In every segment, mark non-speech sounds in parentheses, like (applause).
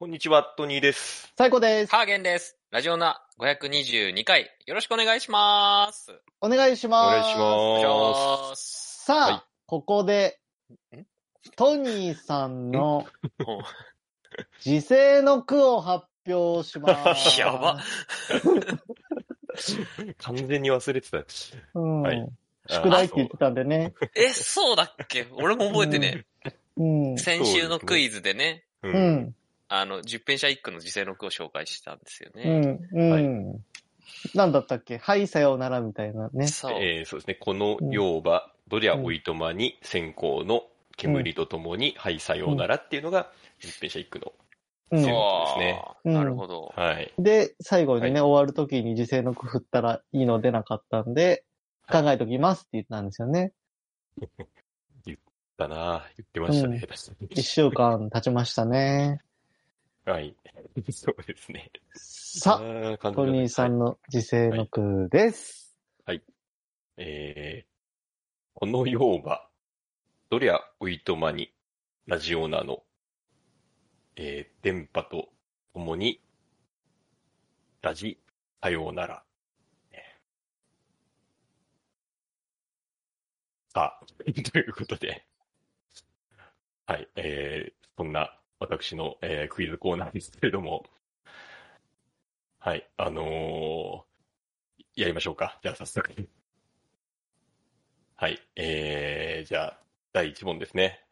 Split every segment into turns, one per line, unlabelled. こんにちは、トニーです。
最高です。
ハーゲンです。ラジオナ522回、よろしくお願いします。
お願いし
お
ます。
願いし
お
ま
願いします。
さあ、
はい
ここで
ん、
トニーさんの
お
時世の句を発表します。
やば。
す。完全に忘れてた。
うん
はい
宿題って言っ
あ
てたんでね。
え、そうだっけ俺も覚えてね。
うん。
先週のクイズでね、
そう
う
うん。
ん。
あの、10編社一句の時世の句を紹介したんですよ
う
ね。
ん。うん。なんだったっけはい、さようならみたいなね。
そう。
えーそうですね。この要は、どりゃおいとまに先行の煙とともに、はい、さようならっていうのが、十編社一句の。
う
そ
ん。
そう
です
ね
なるほど。
はい。
で、最後にね、
はい
終わるときに時世の句振ったらいいの出なかったんで、考えときますって言ったんですよね。
だなぁ言ってましたね。
一週間経ちましたね。
はい。 (laughs) そうですね。
さあ、
あ、感
トニーさんの時世の句です。
えー、この要は、どりゃういとまに、ラジオナの、えー、電波とともに、ラジ、さようなら。さあ、 (laughs) ということで、はい、えー、そんな私の、えークイズコーナーですけれども、はい、あのーやりましょうか。じゃあ早速。はい。えー、じゃあ、第1問ですね。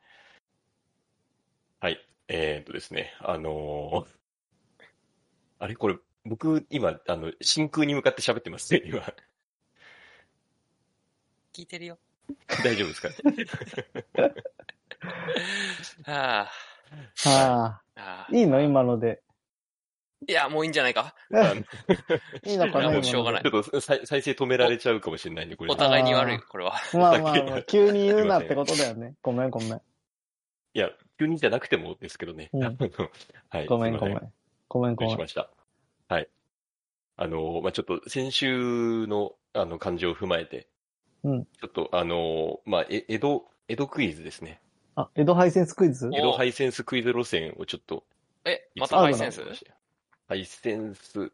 はい。えー、とですね、あのー (laughs) あれこれ、僕、今、あの、真空に向かって喋ってますね、今。 (laughs)
聞いてるよ。
大丈夫です
(laughs)
か
あ
は
ああ
あ、
あ
いいの今ので。
いや、もういいんじゃないか。
あの
いいのかな
いやも
今
うしょうがない
ちょっと再再生止められちゃうかもしれないんで、これ。
お互いに悪い、これは。
のまあまあまあ、急に言うなってことだよね。ごめんごめん。
いや、急にじゃなくてもですけどね。
うん
あのはい。
ごめん
す
ご
いませ
めん。ごめんご
失礼
め
しまし
ん。
た。はい。あの、まあ、ちょっと先週の、あの、感情を踏まえて、
うん
ちょっと、あの、まあ、え江戸、江戸クイズですね。
あ、江戸ハイセンスクイズ
お
江戸ハイセンスクイズ路線をちょっと、
え、またハイセンス
ハイセンス、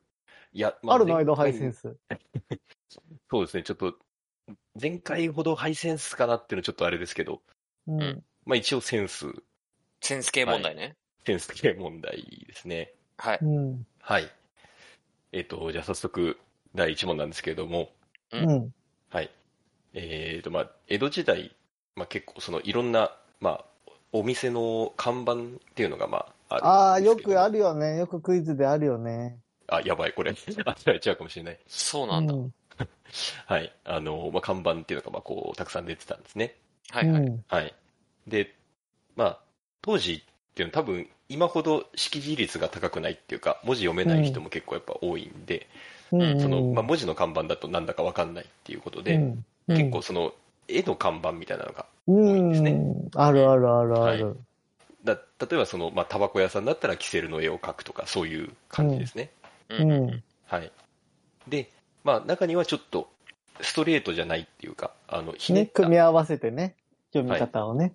いや、ま
あるの江戸ハイセン
ス。
ス。
そうですね、ちょっと、前回ほどハイセンスかなっていうのはちょっとあれですけど、
うん。
まあ、一応センス、
センス系問題ね。
センス系問題ですね。
はい。
うん。
はい。えっ、と、じゃあ早速、第1問なんですけれども、
うん。
はい。えっ、と、まあ、江戸時代、まあ、結構、その、いろんな、まあ、お店の看板っていうのが、まあ、
ああ、
るん
よ
ですけど
くあるよね。よくクイズであるよね。
あ、やばい、これ。 (laughs) あ、やっちゃうかもしれない。
そうなんだ。
うん
はい。あの、まあ、看板っていうのが、まあ、こう、たくさん出てたんですね。
はいは
う
い。
ん
はい。で、まあ、当時っていうのは多分、今ほど識字率が高くないっていうか、文字読めない人も結構やっぱ多いんで、
うん
その、まあ、
あ、
文字の看板だとなんだかわかんないっていうことで、
うん
結構その絵の看板みたいなのが、
うん
いですね
あるあるあるある。
だ例えばその、まあ、タバコ屋さんだったらキセルの絵を描くとか、そういう感じですね。
う。
うんん。
はい。で、まあ中にはちょっとストレートじゃないっていうか、あの、ひね
ね、
った。
組み合わせてね。読み方をね。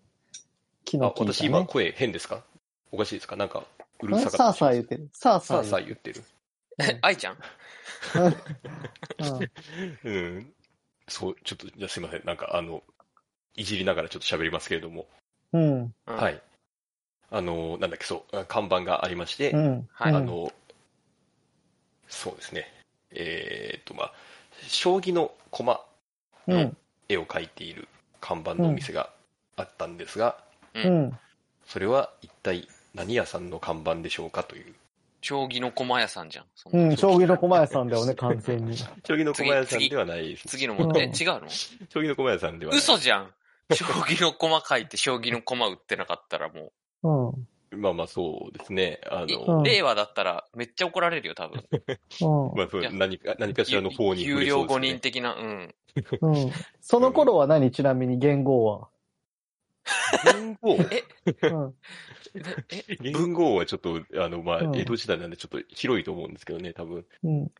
昨
あ、
日
私
聞い
今
た
声変ですかおかしいですかなんか、うる
ね。
さか
え
った。
さあさあ言ってる。さあ
さ
さ
あ
あ
さあ
言
言ってる。
うん
愛ちゃん
う。うん
うん。そう、ちょっと、じゃあすいません。なんかあの、いじりながらちょっと喋りますけれども、
うん。
うん
はい。あの、なんだっけ、そう、看板がありまして、
うん。
はい
あの、そうですね。えーっと、まあ、将棋の駒
う
の
ん。
絵を描いている看板のお店があったんですが、
うん。
それは一体何屋さんの看板でしょうかという。
将棋の駒屋さんじゃん。そんな
うん。将棋の駒屋さんだよね、完全に。
将棋の駒屋さんではないです。
次の問題、
うん
違うの
将棋の駒屋さんではない。
嘘じゃん将棋の駒書いて将棋の駒売ってなかったらも
うん。
まあまあそうですね。あ
う、
の、
うん
令和だったらめっちゃ怒られるよ、多分。
うん
まあそう
いや
何か、何かしらの方に触
有
れそ
料
うです
5
ね
人的な、うん。
うん。その頃は何ちなみに言語は。
(laughs) 元号
うん。
え、
元号はちょっと、あの、まあ
う、ん
江戸時代なんでちょっと広いと思うんですけどね、多分。
うん。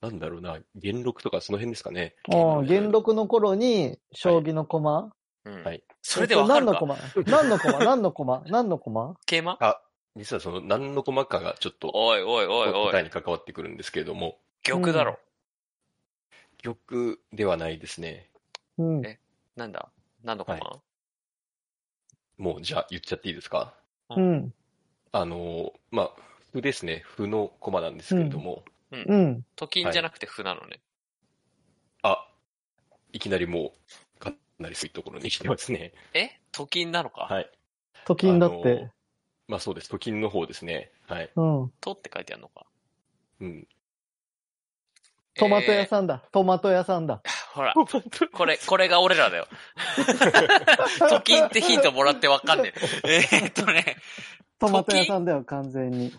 なんだろうな、元禄とかその辺ですかね。
ああ、元禄の頃に、将棋の駒
うん
はい
それでわかる
えっ
か
と何の駒何の駒何の駒何の駒
桂馬
あ、実はその何の細かがちょっと
おいおいおいお
答え
い。
に関わってくるんですけれども、
玉だろ。
玉ではないですね。
うん。
えなんだ何のコマン、
もうじゃあ言っちゃっていいですか
うん。
あの、まあ、歩ですね。歩の駒なんですけれども、
うん。
と金じゃなくて歩なのね。
あ、いきなりもう、かなりすいところに来てますね。
えと金なのか、
はい。
と金だっ
あの
て。
まあそうです。と金の方ですね。はい。
うん。
とって書いてあるのか (laughs)
うん。
トマト屋
ん。
さんだ。トマト屋さんだ。
えーほら、これ、これが俺らだよ。
と
と金ってヒントもらってわかんねえ。えーっとね、
トマト屋さんだよ、完全に。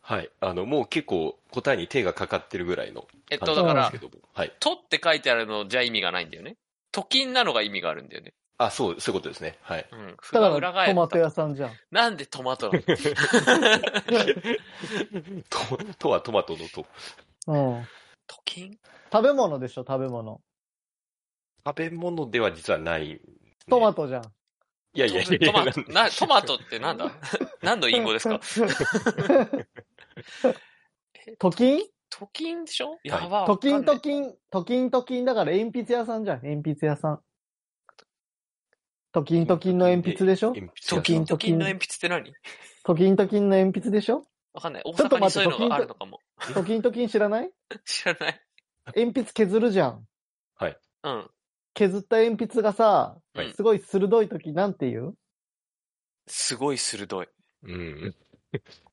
はい。あの、もう結構答えに手がかかってるぐらいの
えっ
感
と、
じ
だ
な
か
ん
ら
ですけ、ども。はい。
とって書いてあるのじゃ意味がないんだよね。と金なのが意味があるんだよね。
あ、そう、そういうことですね。はい。
うん。
だ
が
か
裏
ら、
返
トマ
っ
ト
た。
屋さんじゃん。
なんでトマトなの
と、とはトマトのと。
うん。
と金
食べ物でしょ、食べ物。
食べ物では実はない、
トマ
ト。
トじゃん。
いやいやいやいや
トマ
なん
ト
で、
な、トマトってな
(laughs)
んだ何の隠
(laughs)
語ですか
と金
と金でしょやば。
と金
わ
と
かんね
金、と金と金だから鉛筆屋さんじゃん、鉛筆屋さん。と金と金の鉛筆でしょ
鉛
え。
筆
と
屋さ
金
ん
と金の鉛筆って何
と金と金の鉛筆でしょ
わかんない。大
ちょっと
阪に
待
そ
っ
う
て
いうのがあるのかも。
と金と金知らない
知らない。
鉛筆削るじゃん。
うん。
削った鉛筆がさ、
はい
うん
すごい鋭い時なんて言う
すごい鋭い。
うん。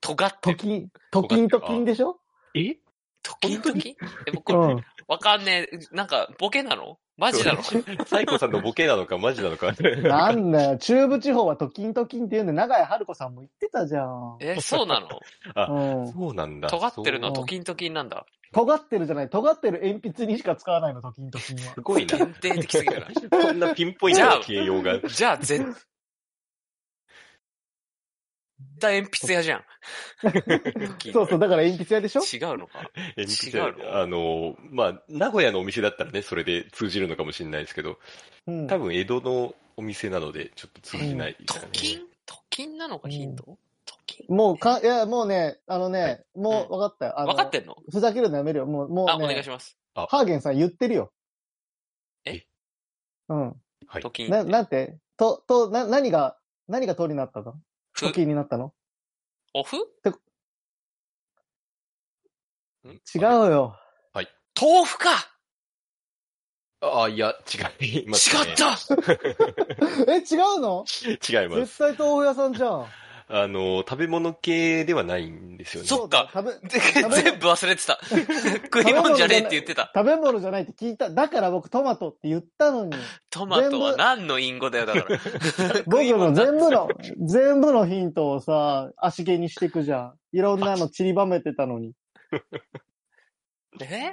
尖って
と
る。
金、と金と金でしょ
え
と金と金え、僕、
う
わ
ん。
かんねえ。なんか、ボケなのマジなの
サイコさんのボケなのか、マジなのか。
なんだよ、中部地方はと金と金って言うんで、長井春子さんも言ってたじゃん。
え、そうなの
うん。
(laughs) そうなんだ。
尖ってるのは
そう
トキントキンなんだ。
尖ってるじゃない、尖ってる鉛筆にしか使わないの、と金と金
(laughs)
は
す。ごいな。
限定的すぎるな。
こんなピンポイントの形容が。
じゃあ、絶対鉛筆屋じゃん。
(laughs) そうそう、だから鉛筆屋でしょ
違うのか。
鉛筆
違うの
あの、まあ、名古屋のお店だったらね、それで通じるのかもしれないですけど、
うん。
多分江戸のお店なので、ちょっと通じないです
ト
かね。
キントキンなのがヒントトキン
もうか、いや、もうね、あのね、
はい
もう分かったよ。あの
分かってんの
ふざけるのやめるよ。もう、もう、ね、
あ、お願いします。
ハーゲンさん言ってるよ。
え
うん。
はい
トキ
な、
ン。
なんてと、と、な、何が、何が通りになったの
ふ
時になったの
オフ
違
あ
う
れ
よ。
豆腐か
あ、いや、違います、ね。
違った
え、違うの
た違います。
絶対豆腐屋さんじゃん。
あの、食べ物系ではないんですよね。
そっか
うだよ食べ、
で
べ物
全部忘れてた。
(laughs)
食い物じゃねえって言ってた。
食べ物じゃないって聞いた。だから僕トマトって言ったのに。
トマトは何の隠語だよ、だか
僕
ら。食い物
の
だ
全部の、全部のヒントをさ、足毛にしてくじゃん。いろんなの散りばめてたのに。
え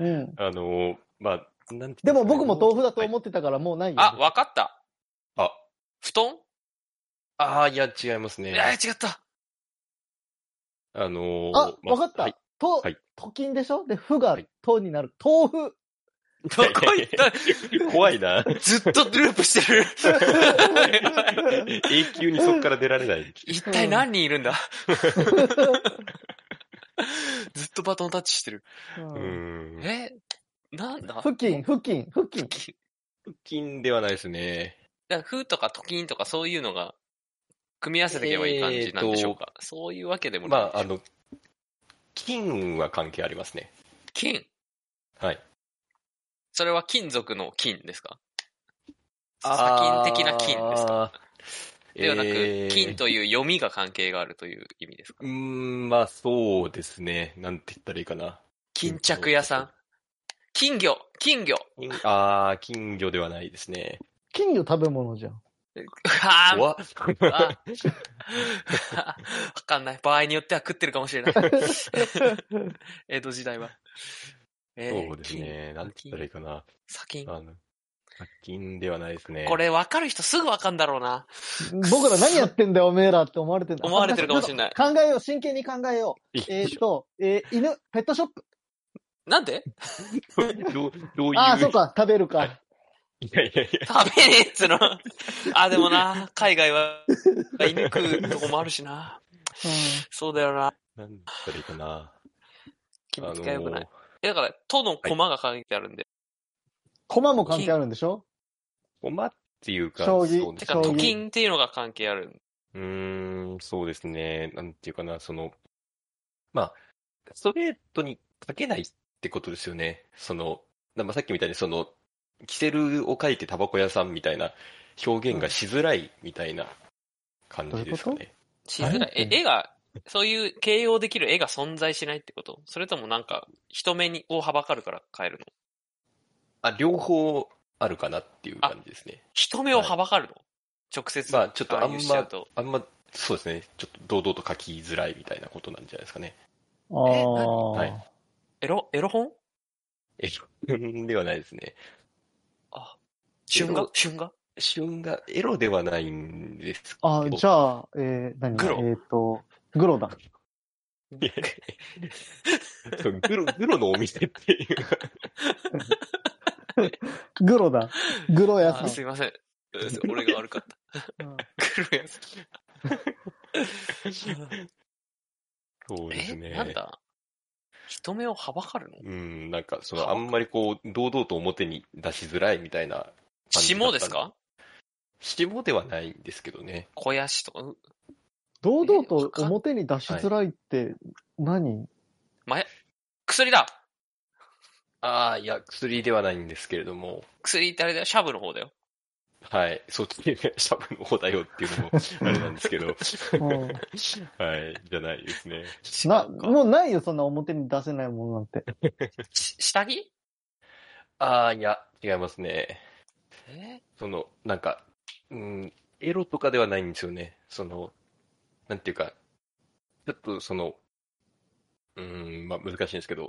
うん。
あの、まあ、なんて
で
言うんすかね
も僕も豆腐だと思ってたからもうないよ。
あ、わかった。
あ、
布団
ああ、いや、違います
え
ね。
ー、違った。
あの
あ、
まあ
わかっ
はい (laughs)
た。と
はい、
と金でしょで、ふが
はい
とになる。豆腐。
どこ行った
怖い
(laughs)
な。
ずっとループして
(laughs)
る。
永久にそこから出られない。
一体何人いるんだ (laughs) ずっとバトンタッチしてる。
う
うん
ん。
えなんだ
付近、付近、付近。
金ではないですね。
だからふとかときんとかそういうのが組み合わせていけばいい感じなんでしょうか、そういうわけでもない。
まあ、あの、金は関係ありますね。
金
はい。
それは金属の金ですか砂金的な金です
か
かではなく、金
と。
という読みが関係があるという意味ですか
うーん、まあそうですね。なんて言ったらいいかな。
巾着屋さん金魚金魚 (laughs)
金ああ、金魚ではないですね。
金魚食べ物じゃん。
あー
わ
あ (laughs) わかんない。場合によっては食ってるかもし
(laughs)
れない。江戸時代は。えー
そうですね。なんて言ったらいいかな。
砂金。
あの、砂金ではないですね。
これ分かる人すぐ分かんだろうな。
僕ら何やってんだよ、おめえらって思われてる
思われてるかもしれない。
考えよう、真剣に考えよう。えーっと、えー犬、ペットショップ。
(laughs)
なんで
どう、どういう。
ああ、そうか、食べるか。
いやいやいや。
食べねえっつうの。あ、でもな、海外は、犬食うとこもあるしな。そうだよな。
なんだったらいいかな。
気持ちが良くない。
あのー
えだから、とのコマが書いてあるんで。
コマも関係あるんでしょ
駒っていうか、
将棋
そうです
てか、
将棋
と金っていうのが関係ある。
うーん、そうですね。なんていうかな、その、まあ、ストレートに書けないってことですよね。その、なまあ、さっきみたいにその、キセルを書いてタバコ屋さんみたいな表現がしづらいみたいな感じですか
どう
ね。
しづらい。え、絵が、そういう形容できる絵が存在しないってことそれともなんか、人目に、をはばかるから変えるの
あ、両方あるかなっていう感じですね。
人目をはばかるの直接。
まあちょっとあんま
いうしちゃうと
あんま、そうですね。ちょっと堂々と書きづらいみたいなことなんじゃないですかね。
ああ。
何はい
エロ、エロ本
え、 (laughs) ではないですね。
あ、春画春画
旬がエロではないんですけど。
あ、じゃあ、えー、何
グロ
えっ、と、グロだ。
いやいやいやそうグロ、グロのお店っていう。
グロだ。グロ屋さ
あ
ん
すいま
(laughs)
せん。俺が悪かった。
うん。
(laughs) 来るやつ。
そうですね。
え、なんだ人目をはばかるの
うん、なんか、その、あんまりこう、堂々と表に出しづらいみたいな感じだった
霜
ん
ですか
下ではないんですけどね。
肥やしとか、う
堂々と表に出しづらいって何、
薬だ
ああ、いや、薬ではないんですけれども、
薬ってあれだよ、シャブの方だよ。
はい、そっちで、シャブの方だよっていうのも、あれなんですけ (laughs) ど、
うん
はい、じゃないですね。
な、もうないよ、そんな表に出せないものなんて。
し下着
ああ、いや、違いますね。
え
その、なんか、うん、エロとかではないんですよね。その、なんていうか、ちょっとその、うん、まあ難しいんですけど、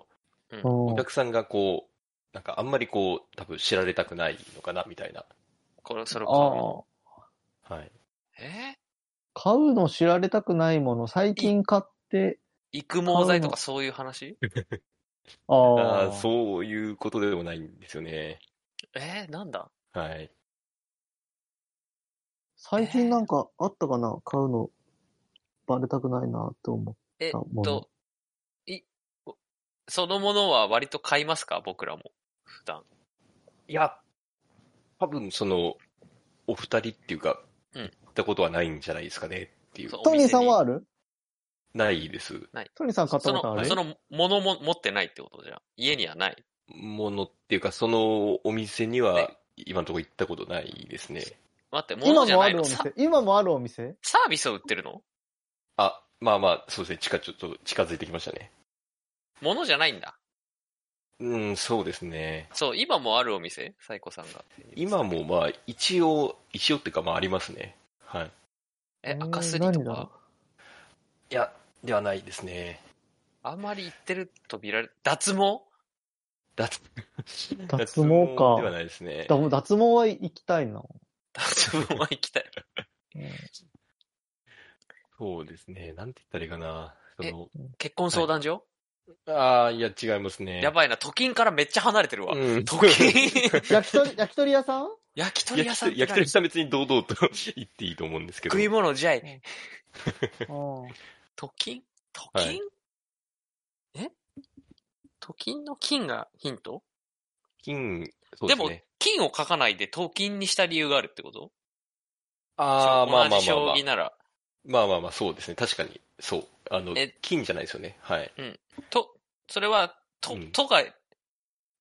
うん
お客さんがこう、なんかあんまりこう、多分知られたくないのかな、みたいな。
この、その顔。
ああ。
はい。
え
買うの知られたくないもの、最近買って、
育毛剤とかそういう話
あ
あ
あ
あ、そういうことでもないんですよね。
えなんだ
はい。
最近なんかあったかな、買うの、バレたくないなって思う。
えっ
あもう
と、い、そのものは割と買いますか僕らも。普段。
いや、多分その、お二人っていうか、
うん
行ったことはないんじゃないですかねっていう
そ。う
トニーさんはある
ないです。
トニーさん買った
そ
ことあ
の、
る
その、ものも持ってないってことじゃん。家にはない。
ものっていうか、そのお店には今のところ行ったことないですね。
待って、もの
今
じゃ
も
な
あ
い
るお
のサ
店今もあるお店
サービスを売ってるの
あ、まあまあ、そうですね。近、ちょっと近づいてきましたね。
ものじゃないんだ。
うん、そうですね。
そう、今もあるお店サイコさんが。
今もまあ、一応、一応っていうかまあありますね。はい。
え、
ー
赤すりと
何だ
か
ろ
いや、ではないですね。
あんまり言ってると見られ、脱毛 (laughs)
脱、
脱毛か
ではないですね
だ。脱毛は行きたいな。
脱毛は行
(laughs)
きたい。
そうですね。なんて言ったらいいかな。その、
結婚相談所、
ああ、いや、違いますね。
やばいな、都金からめっちゃ離れてるわ。
うん。
都金
焼き鳥、 (laughs) 焼き鳥屋さん
(laughs) 焼き鳥屋
焼き
さんっ
鳥
て
焼き鳥
何
さん別に堂々と (laughs) 言っていいと思うんですけど
食。い物じゃい。
うん
都金都
は
金
い、
え都金の金がヒント
金、そうです
も
ね。、
金を書かないで都金にした理由があるってこと
ああ、まあまあまあまあ。
同じ将棋なら。
まあまあまあ、そうですね。確かに。そう。あの
え、
金じゃないですよね。はい。
と、それは、と、
うん
とが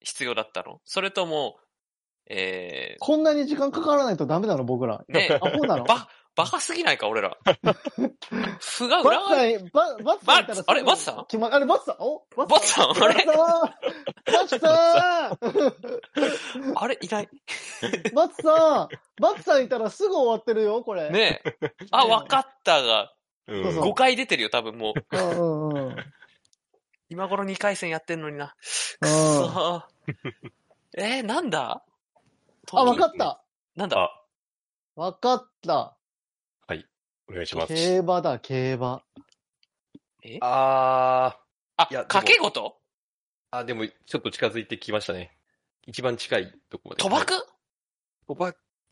必要だったのそれとも、え
こんなに時間かからないとダメなの僕ら。
(laughs)
ー、ね、
アホなの
ば、バカすぎないか、俺ら。ふが裏
バツさ
が、
ん、ババツさんいたらすぐ
バツあれバツさん
決まあれ、バツさんお
バツさんあれ
バ
(laughs)
ツさんバツさ
あれ、いない。
んバツさんバツさんいたらすぐ終わってるよ、これ。。
ねえ。
(laughs)
ね
あ、
え
わかったが、
うん
そうそう
5回出てるよ、多分もう。
うんうんうん。
今頃2回戦やってんのにな。くっそー。えー、なんだ
あ、わか
っ
った。
なんだ
あ、
わかった。
お願いします。
競馬だ、競馬。
え
あ
あ、
いやでも
掛け事
ー、あ、でも、ちょっと近づいてきましたね。一番近いとこまで。
賭博
賭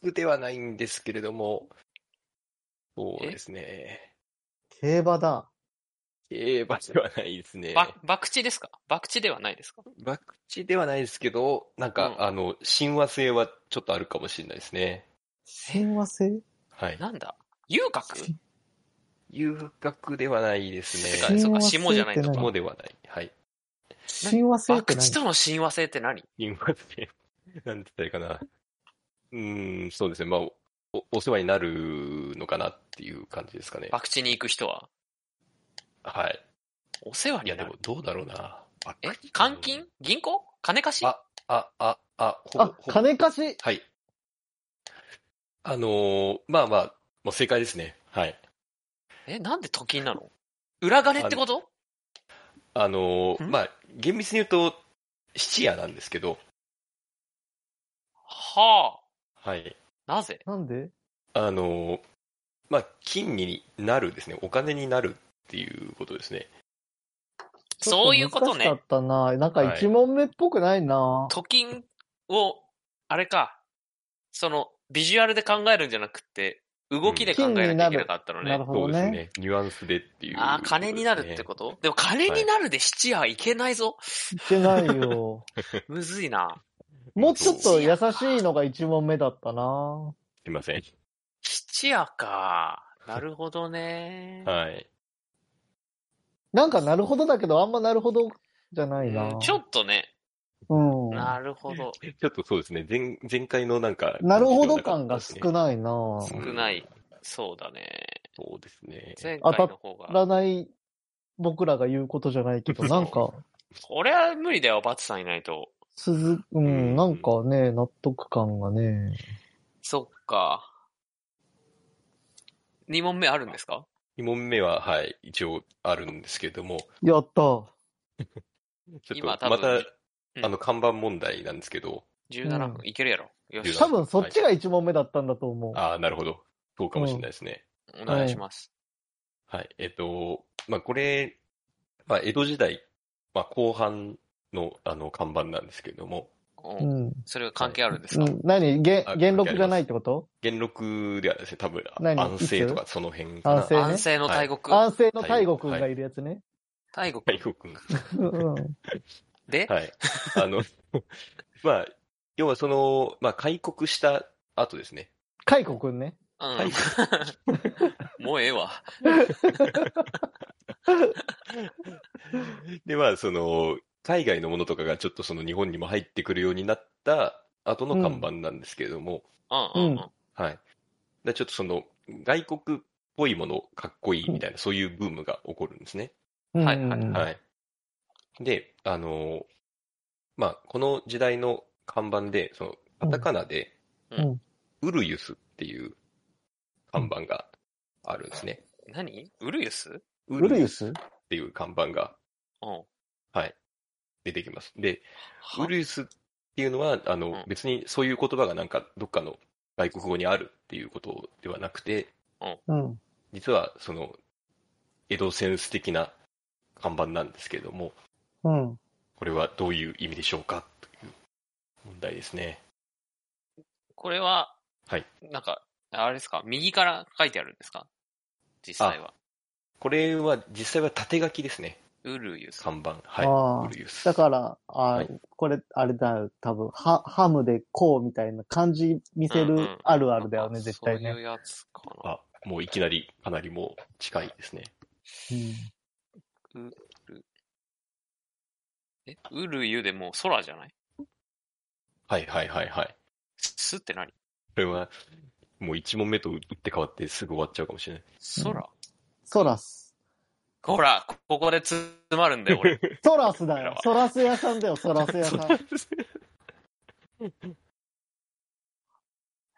博ではないんですけれども、そうですね。
競馬だ。
競馬ではないですね。
ば、博打ですか博打ではないですか
博打ではないですけど、なんか、
うん
あの、親和性はちょっとあるかもしれないですね。
親和性
はい。
なんだ遊郭
遊楽ではないです
て
ね。
か、そうか、下じゃないの
親
も
か
和。
ではない。はい。
親和性って
博
何
打との親和性って何
親和性。なんて言ったらいいかな。うーん、そうですね。まあ、お、お世話になるのかなっていう感じですかね。
博打に行く人は。
はい。
お世話
い
に
や、
な
で
る
も。どうだろうな。
え
博打
監禁銀行金貸し
ああ、あ、あ、ほぼ
あ、
ほぼ
金貸し
はい。あのーまあまあ、もう正解ですね。はい。
え、なんで貯金なの裏金ってこと
あのー
ん
まあ、厳密に言うと、質屋なんですけど、
は
はい。
あ、なぜ
なんで
あのーまあ、金になるですね。お金になるっていうことですね。
そういうこと
ちょっ
ね。
難しかったな。なんか
はい
一問目っぽくないな。
貯金を、あれか、その、ビジュアルで考えるんじゃなくて、動きで考えなきゃいけなかったのね。
なる
そ
ほど
うです
ね。
ね。ニュアンスでっていう、
ああ、金になるってことでも金になるで七夜はいけないぞ。
いけない
(laughs)
よ。
むずいな。
もうちょっと優しいのが一問目だったな。
すいません。
七夜か。なるほどね。
はい。
なんかなるほどだけど、あんまなるほどじゃないな
うん。ちょっとね。
うん。
なるほど。
ちょっとそうですね。前、前回のなんか、
なるほど感が
な
少
い。
ないな。
う
少
ん
ない。そうだね。
そうですね。
前回の方
当た
が。
らない僕らが言うことじゃない
(laughs)
けど、なんか、
これは無理だよ、バツさんいないと。
すず、う
うん
ん、なんかね、納得感がね。
そっか。二問目あるんですか
2問目は、はい、一応あるんですけども、
やった。
ちょ
今
っと、
多分
また、
うん
あの、看板問題なんですけど、
?17 分。いけるやろ。よし
17。
多分そっちが一問目だったんだと思う。
ああ、なるほど。そうかもしれないですね。
お願いします。
はい。えっと、まあ、これ、まあ、江戸時代、まあ、後半の、あの、看板なんですけれども、
お
うん。うん
それが関係あるんですか、
何げ
あ
元禄じゃないってこと
元禄ではですね、多分、
何
安政とかその辺かな。
安政
安政の大国。
安政の大悟くんがいるやつね。
大国。
大国が。
うん
で、
はい。あの、 (laughs) まあ、要はその、まあ、開国した後ですね。
海子くんね。
開国
うん。 (laughs) もうええわ。
で、まあ、その、海外のものとかがちょっとその日本にも入ってくるようになった後の看板なんですけれども、
うんうんうん。
はい。で、ちょっとその、外国っぽいもの、かっこいいみたいな、そういうブームが起こるんですね。
はいはい
うん
はい。で、あのーまあ、この時代の看板で、その、カタカナで、
うん
ウルユスっていう看板があるんですね。
何ウルユス
ウ
ウルユス
っていう看板が
うん。
出てきます。で、
は
ウルユスっていうのは、あ
うん
の、別にそういう言葉がなんか、どっかの外国語にあるっていうことではなくて、
うん。
実はその江戸センス的な看板なんですけれども、
うん。
これはどういう意味でしょうかという問題ですね。
これは、
はい。
なんか、あれですか右から書いてあるんですか実際は。
これは実際は縦書きですね、
ウルユス。
看板。
あ
は
あ
い。ウルユス。
だから、あ
はい
これ、あれだよ、多分、は、ハムでこうみたいな感じ見せ
うんうん
るあるあるだよね、
あ
絶対
そうい
ね。
うやつかな。
あ、もういきなりかなりもう近いですね。
え、ウルユでもう空じゃない
はいはいはいはい。
すって何
これはもう一問目と打って変わってすぐ終わっちゃうかもしれない。
空、
うソラス。
ほら、ここで詰まるんだ (laughs) よ、俺。
ソラスだよ。ソラス屋さんだよ、ソラス屋さん。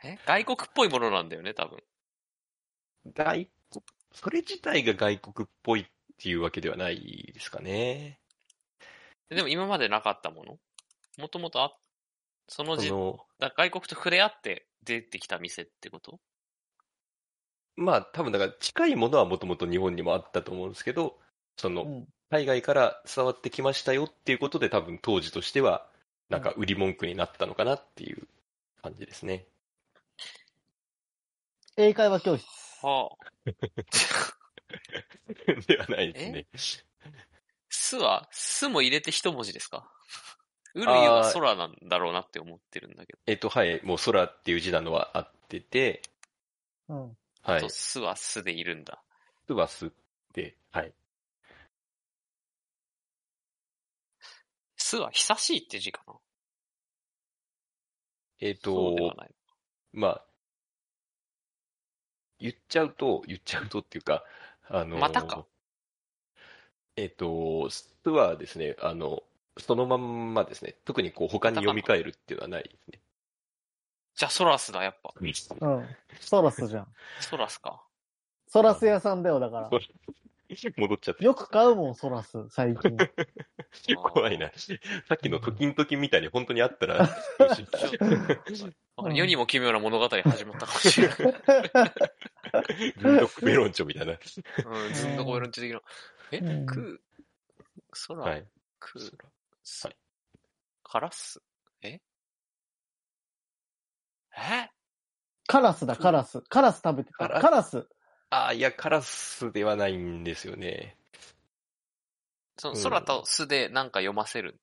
え外国っぽいものなんだよね、多分。
外国、それ自体が外国っぽいっていうわけではないですかね。
でも今までなかったものもともとあ、その
そ
じ、
の、
だ外国と触れ合って出てきた店ってこと
まあ多分だから近いものはもともと日本にもあったと思うんですけど、その
うん
海外から伝わってきましたよっていうことで多分当時としてはなんか売り文句になったのかなっていう感じですね。 (laughs)
英会話教室。
は (laughs) あ。
ではないですね。
すは、すも入れて一文字ですか (laughs) うるいは空なんだろうなって思ってるんだけど。
えっと、はい、もう空っていう字なのは合ってて、
うん。
は
あ
い
と、。すはすでいるんだ。
すはすで、はい。
すは久しいって字かな
えっ
そうで
と
は、ない。
まあ、言っちゃうと、言っちゃうとっていうか、あのー
またか
えっと、すはですね、あの、そのまんまですね。特にこう、他に読み替えるっていうのはないですね。
じゃあ、ソラスだ、やっぱ。
うん。ソラスじゃん。
ソラスか。
ソラス屋さんだよ、
(laughs)
だから。
戻っちゃって。
よく買うもん、ソラス、最近。
怖いな。さっきの時々みたいに本当にあったら、どうしよ
ちょっ
う
と
うん
世にも奇妙な物語始まったかもしれない。
(laughs) ルンドックメロンチョみたいな。
うん、ずんどこえるんち的な。え
うん、
く、空、
はい。
く、す
はい
カラス、ええ
カラスだ、カラス。カラス食べて
カ
た。
ラス
カラス。
ああ、いや、カラスではないんですよね。
その
うん
空と巣でなんか読ませるん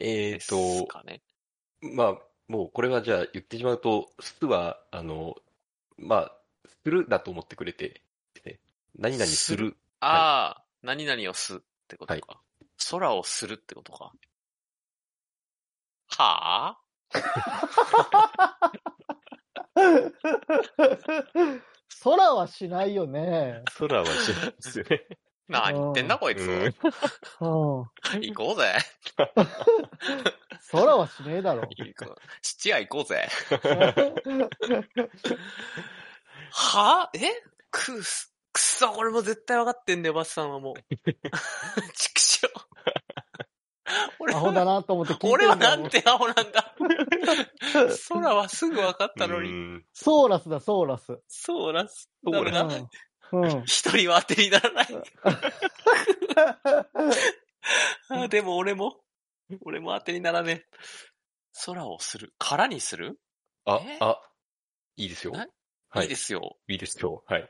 え
で
っ
す
と、
かね。
まあ、もうこれはじゃあ言ってしまうと、すは、あの、まあ、するだと思ってくれて、ね何々する。
ああ、何々をすってことか。空をするってことか。はあ
(laughs) 空はしないよね。
空はしないですよね。
何言ってんだこいつ。
うん
うん。
行こうぜ。
空はしねえだろ。
行こう質屋行こうぜ。
う
はあえくす、くっそ、これも絶対分かってんだよ、バスさんはもう。ちくしょう。 (laughs) 俺
んアホだ
は、
なと思って聞いて
俺は
んだ
な
も
んてアホなんだ。空はすぐ分かったの
う
に、
ん
ソーラスだ、ソーラス。
そうなんす。
そう
だ
なん
ろ
す
う
う
な。
ん。うん。
一人は当てにならない。あでも俺も、俺も当てにならねえ。空をする。空にする、
あ
え、
あ、いいですよ。
な、
はい
い
い
で、すよ。
いいですよ。はい。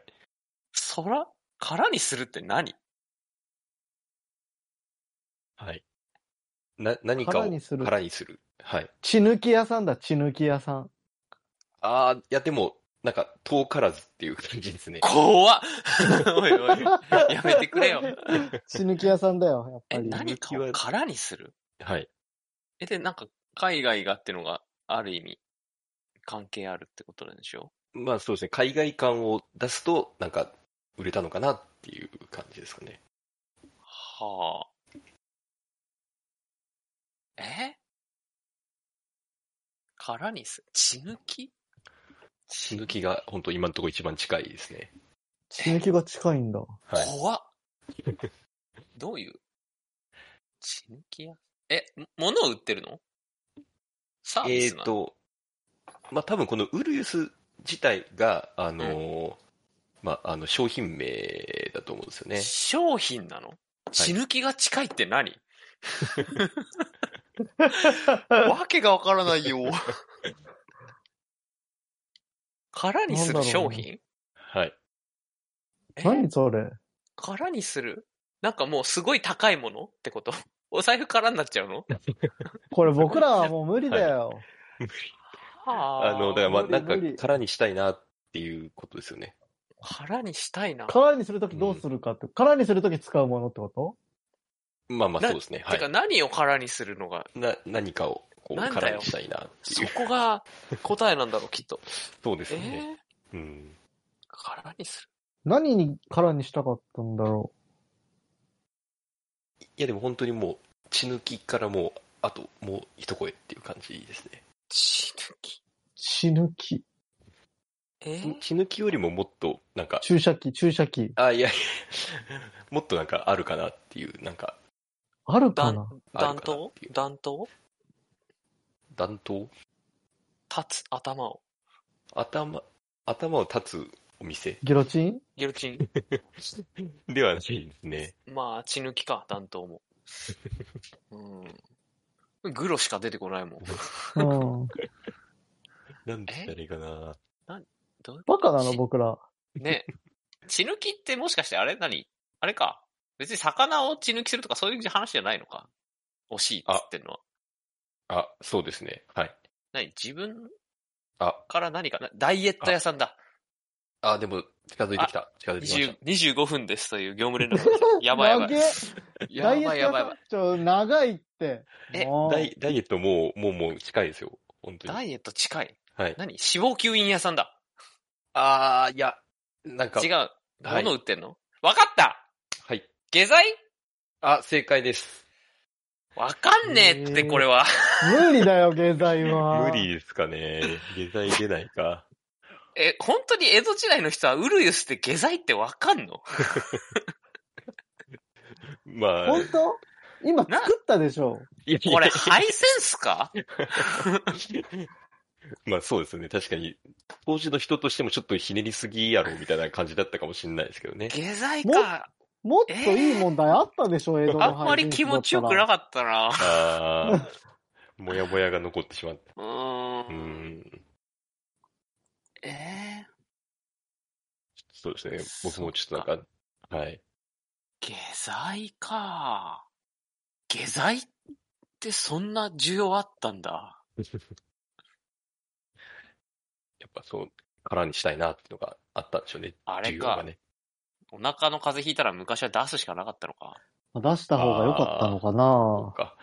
空空にするって何
はい。な、何かを
空にする
空にする。はい。
血抜き屋さんだ、血抜き屋さん。
ああ、いや、でも、なんか、遠からずっていう感じですね。
怖っ (laughs) おいおい、 (laughs) やめてくれよ。
血抜き屋さんだよ、やっぱ
え、
り。
何かを空にする
はい。
え、で、なんか、海外がってのが、ある意味、関係あるってことなんでしょ
まあそうですね、海外感を出すと、なんか、売れたのかなっていう感じですかね。
はあ。え空にする血抜き
血抜きが、本当今のところ一番近いですね。
血抜きが近いんだ。
はい。
怖っ。どういう血抜きやえ、も物を売ってるのサービ
え
ス
っ、
なの、
と、まあ、多分このウルユス自体が、あのーまあ、あの、商品名だと思うんですよね。
商品なの血抜きが近いっ
(laughs)
て何、わけがわからないよ。空にする商品
はい。
え
何それ。
空にするなんかもうすごい高いものってことお財布空になっちゃうの
これ僕らはもう無理だよ。
あ
あ
の、だからまあ、
無理
なんか
無理、
空にしたいなっていうことですよね。
空にしたいな。
空にするときどうするかって。空にするとき使うものってこと
まあまあ、
な
そうですね。は
てか
い。
何を空にするのが、
な、何かを、こ
なん
う、
だ
空
よ
にしたいなって
そ
いう。
こが答えなんだろう、きっと。
そうです (laughs)
え
ね。
ー、
うん。
空にする
何に空にしたかったんだろ
いや、でも本当にもう、血抜きからもう、あと、もう一声っていう感じですね。
血抜
う。
き。
血抜き。
えー
血抜きよりももっと、なんか、
注射器、注射器。
あ、いやいや、 (laughs) もっとなんかあるかなっていう、なんか、
あるか
弾
な、
あ
弾
るかなっ
頭
ていう
弾頭
弾頭
立つ頭を。
頭、頭を立つお店
ギロチン
ギロチン。
ではないですね。
まあ、血抜きか、弾頭
(laughs)
も。うん。グロ (laughs) しか出てこないもん。
うん。
なんて言ったらいいかな。
ど
(laughs)
う
バカなの、僕ら。
ね。血抜きってもしかしてあれ何あれか。別に魚を血抜きするとかそういう話じゃないのか。惜しいっつってんのは。
あ、そうですね。はい。
何自分
あ、
から何かなダイエット屋さんだ。
あ、でも、近づいてきた。近づいてきまし
20 25分ですという業務連絡が来た。やばいやばい。
長え
やばいやばいやばい。
ちょ、長いって。
え
た。
もう
ダイダイエットもう、もう、もう近いですよ。本当
ダ
に。
イエット近い。
はい。
何脂肪吸引屋さんだ。
ああ、いや、なんか。
違う。
はい
物売ってんのわかった
はい。
下剤
あ、正解です。
わかんねえって、
へえ
これは。
無理だよ、現在
(laughs)
無。
は。
理ですかね。下剤出ないか。
え、本当に江戸時代の人はウルユスって下剤ってわかんの
まあ、
本当今
な
作ったでしょ。
いやいや
これ、ハイセンスか
(laughs) まあそうですね。確かに、当時の人としてもちょっとひねりすぎやろみたいな感じだったかもしれないですけどね。
下剤
も
か。
もっといい問題あったでしょ、江戸の
あんまり気持ちよくな
かっ
かったな。
ああ、もやもやが残ってしま
(laughs)
った。
うー。
うんん。
え
そうですね。僕もちょっとなんか、はい。
ー、下剤か。下剤ってそんな需要あったんだ。
やっぱそう、空にしたいなっていうのがあったんでしょうね。
あれ
需要
か
が。ね。
お腹の風邪ひいたら昔は出すしかなかったのか。
た。出した方が良かったのか
そう
な
か。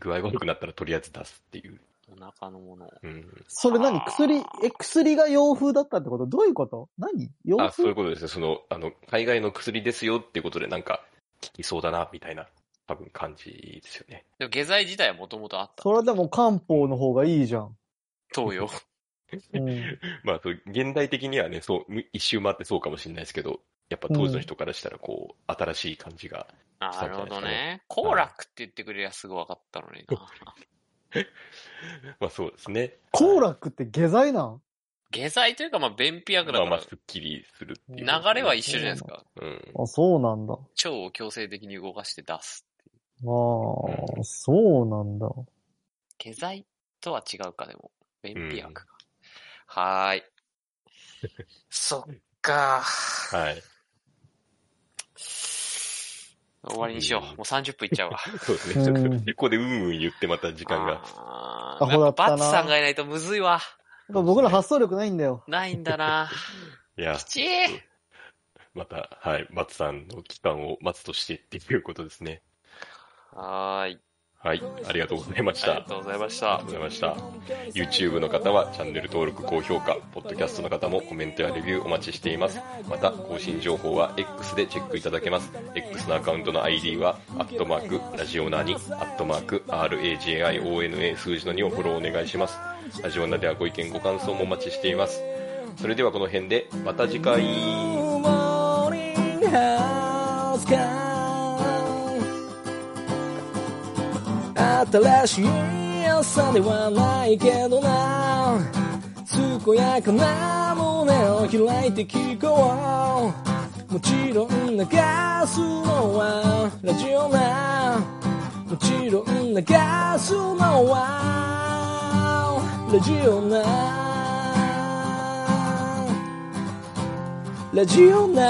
具合が悪くなったらとりあえず出すっていう。
お腹のものを。
うん。
それ何薬、え、薬が洋風だったってことどういうこと何洋
あ、そうい
風
うことですね。その、あの、海外の薬ですよっていうことでなんか、効きそうだな、みたいな、多分感じですよね。
でも下剤自体はもともとあった。
それでも漢方の方がいいじゃん。
(laughs)
東洋。
うん。
まあ、そう現代的にはね、そう、む一周回ってそうかもしれないですけど、やっぱ当時の人からしたら、こう、新しい感じが、
なるほどね。コーラクって言ってくれりゃすぐ分かったのにな。
まあそうですね。
コーラクって下剤なん
(laughs) 下剤というか、まあ、便秘薬だ
まあ
か
まあ、
ら、
すっきりするっていう。
流れは一緒じゃないですか。
うん。
あ、そうなんだ。あ
腸を強制的に動かして出す。
あ、そうなんだ。
下剤とは違うか、でも。便秘薬
うん
か。
(laughs)
はーい。そっか。
はい。
終わりにしよう。
うん
もう30分いっちゃうわ。
そうですね。ち
う
ょ
ん
っと、ここでうんうん言ってまた (laughs) 時間が。
あ
アホだ
ー
ったな
バツさんがいないとむずいわ。
やっぱ僕ら発想力ないんだよ。
ないんだな。
いや
き、ちい。
また、はい、松さんの期間を待つとしてっていうことですね。
はーい。
はい、ありがとうございまし
ありが
た。
とうございまし
ありが
た
とう。ございました。YouTube の方はチャンネル登録、高評価、Podcast の方もコメントやレビューお待ちしています。また、更新情報は X でチェックいただけます。X のアカウントの ID は、アットマーク、ラジオナに、アットマーク、RAJIONA 数字の2をフォローお願いします。ラジオナではご意見、ご感想もお待ちしています。それではこの辺で、また次回。
Morning House Call 新しい朝ではないけどな健やかな胸を開いて聞こうもちろん流すのはラジオなもちろん流すのはラジオなラジオな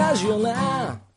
ラジオな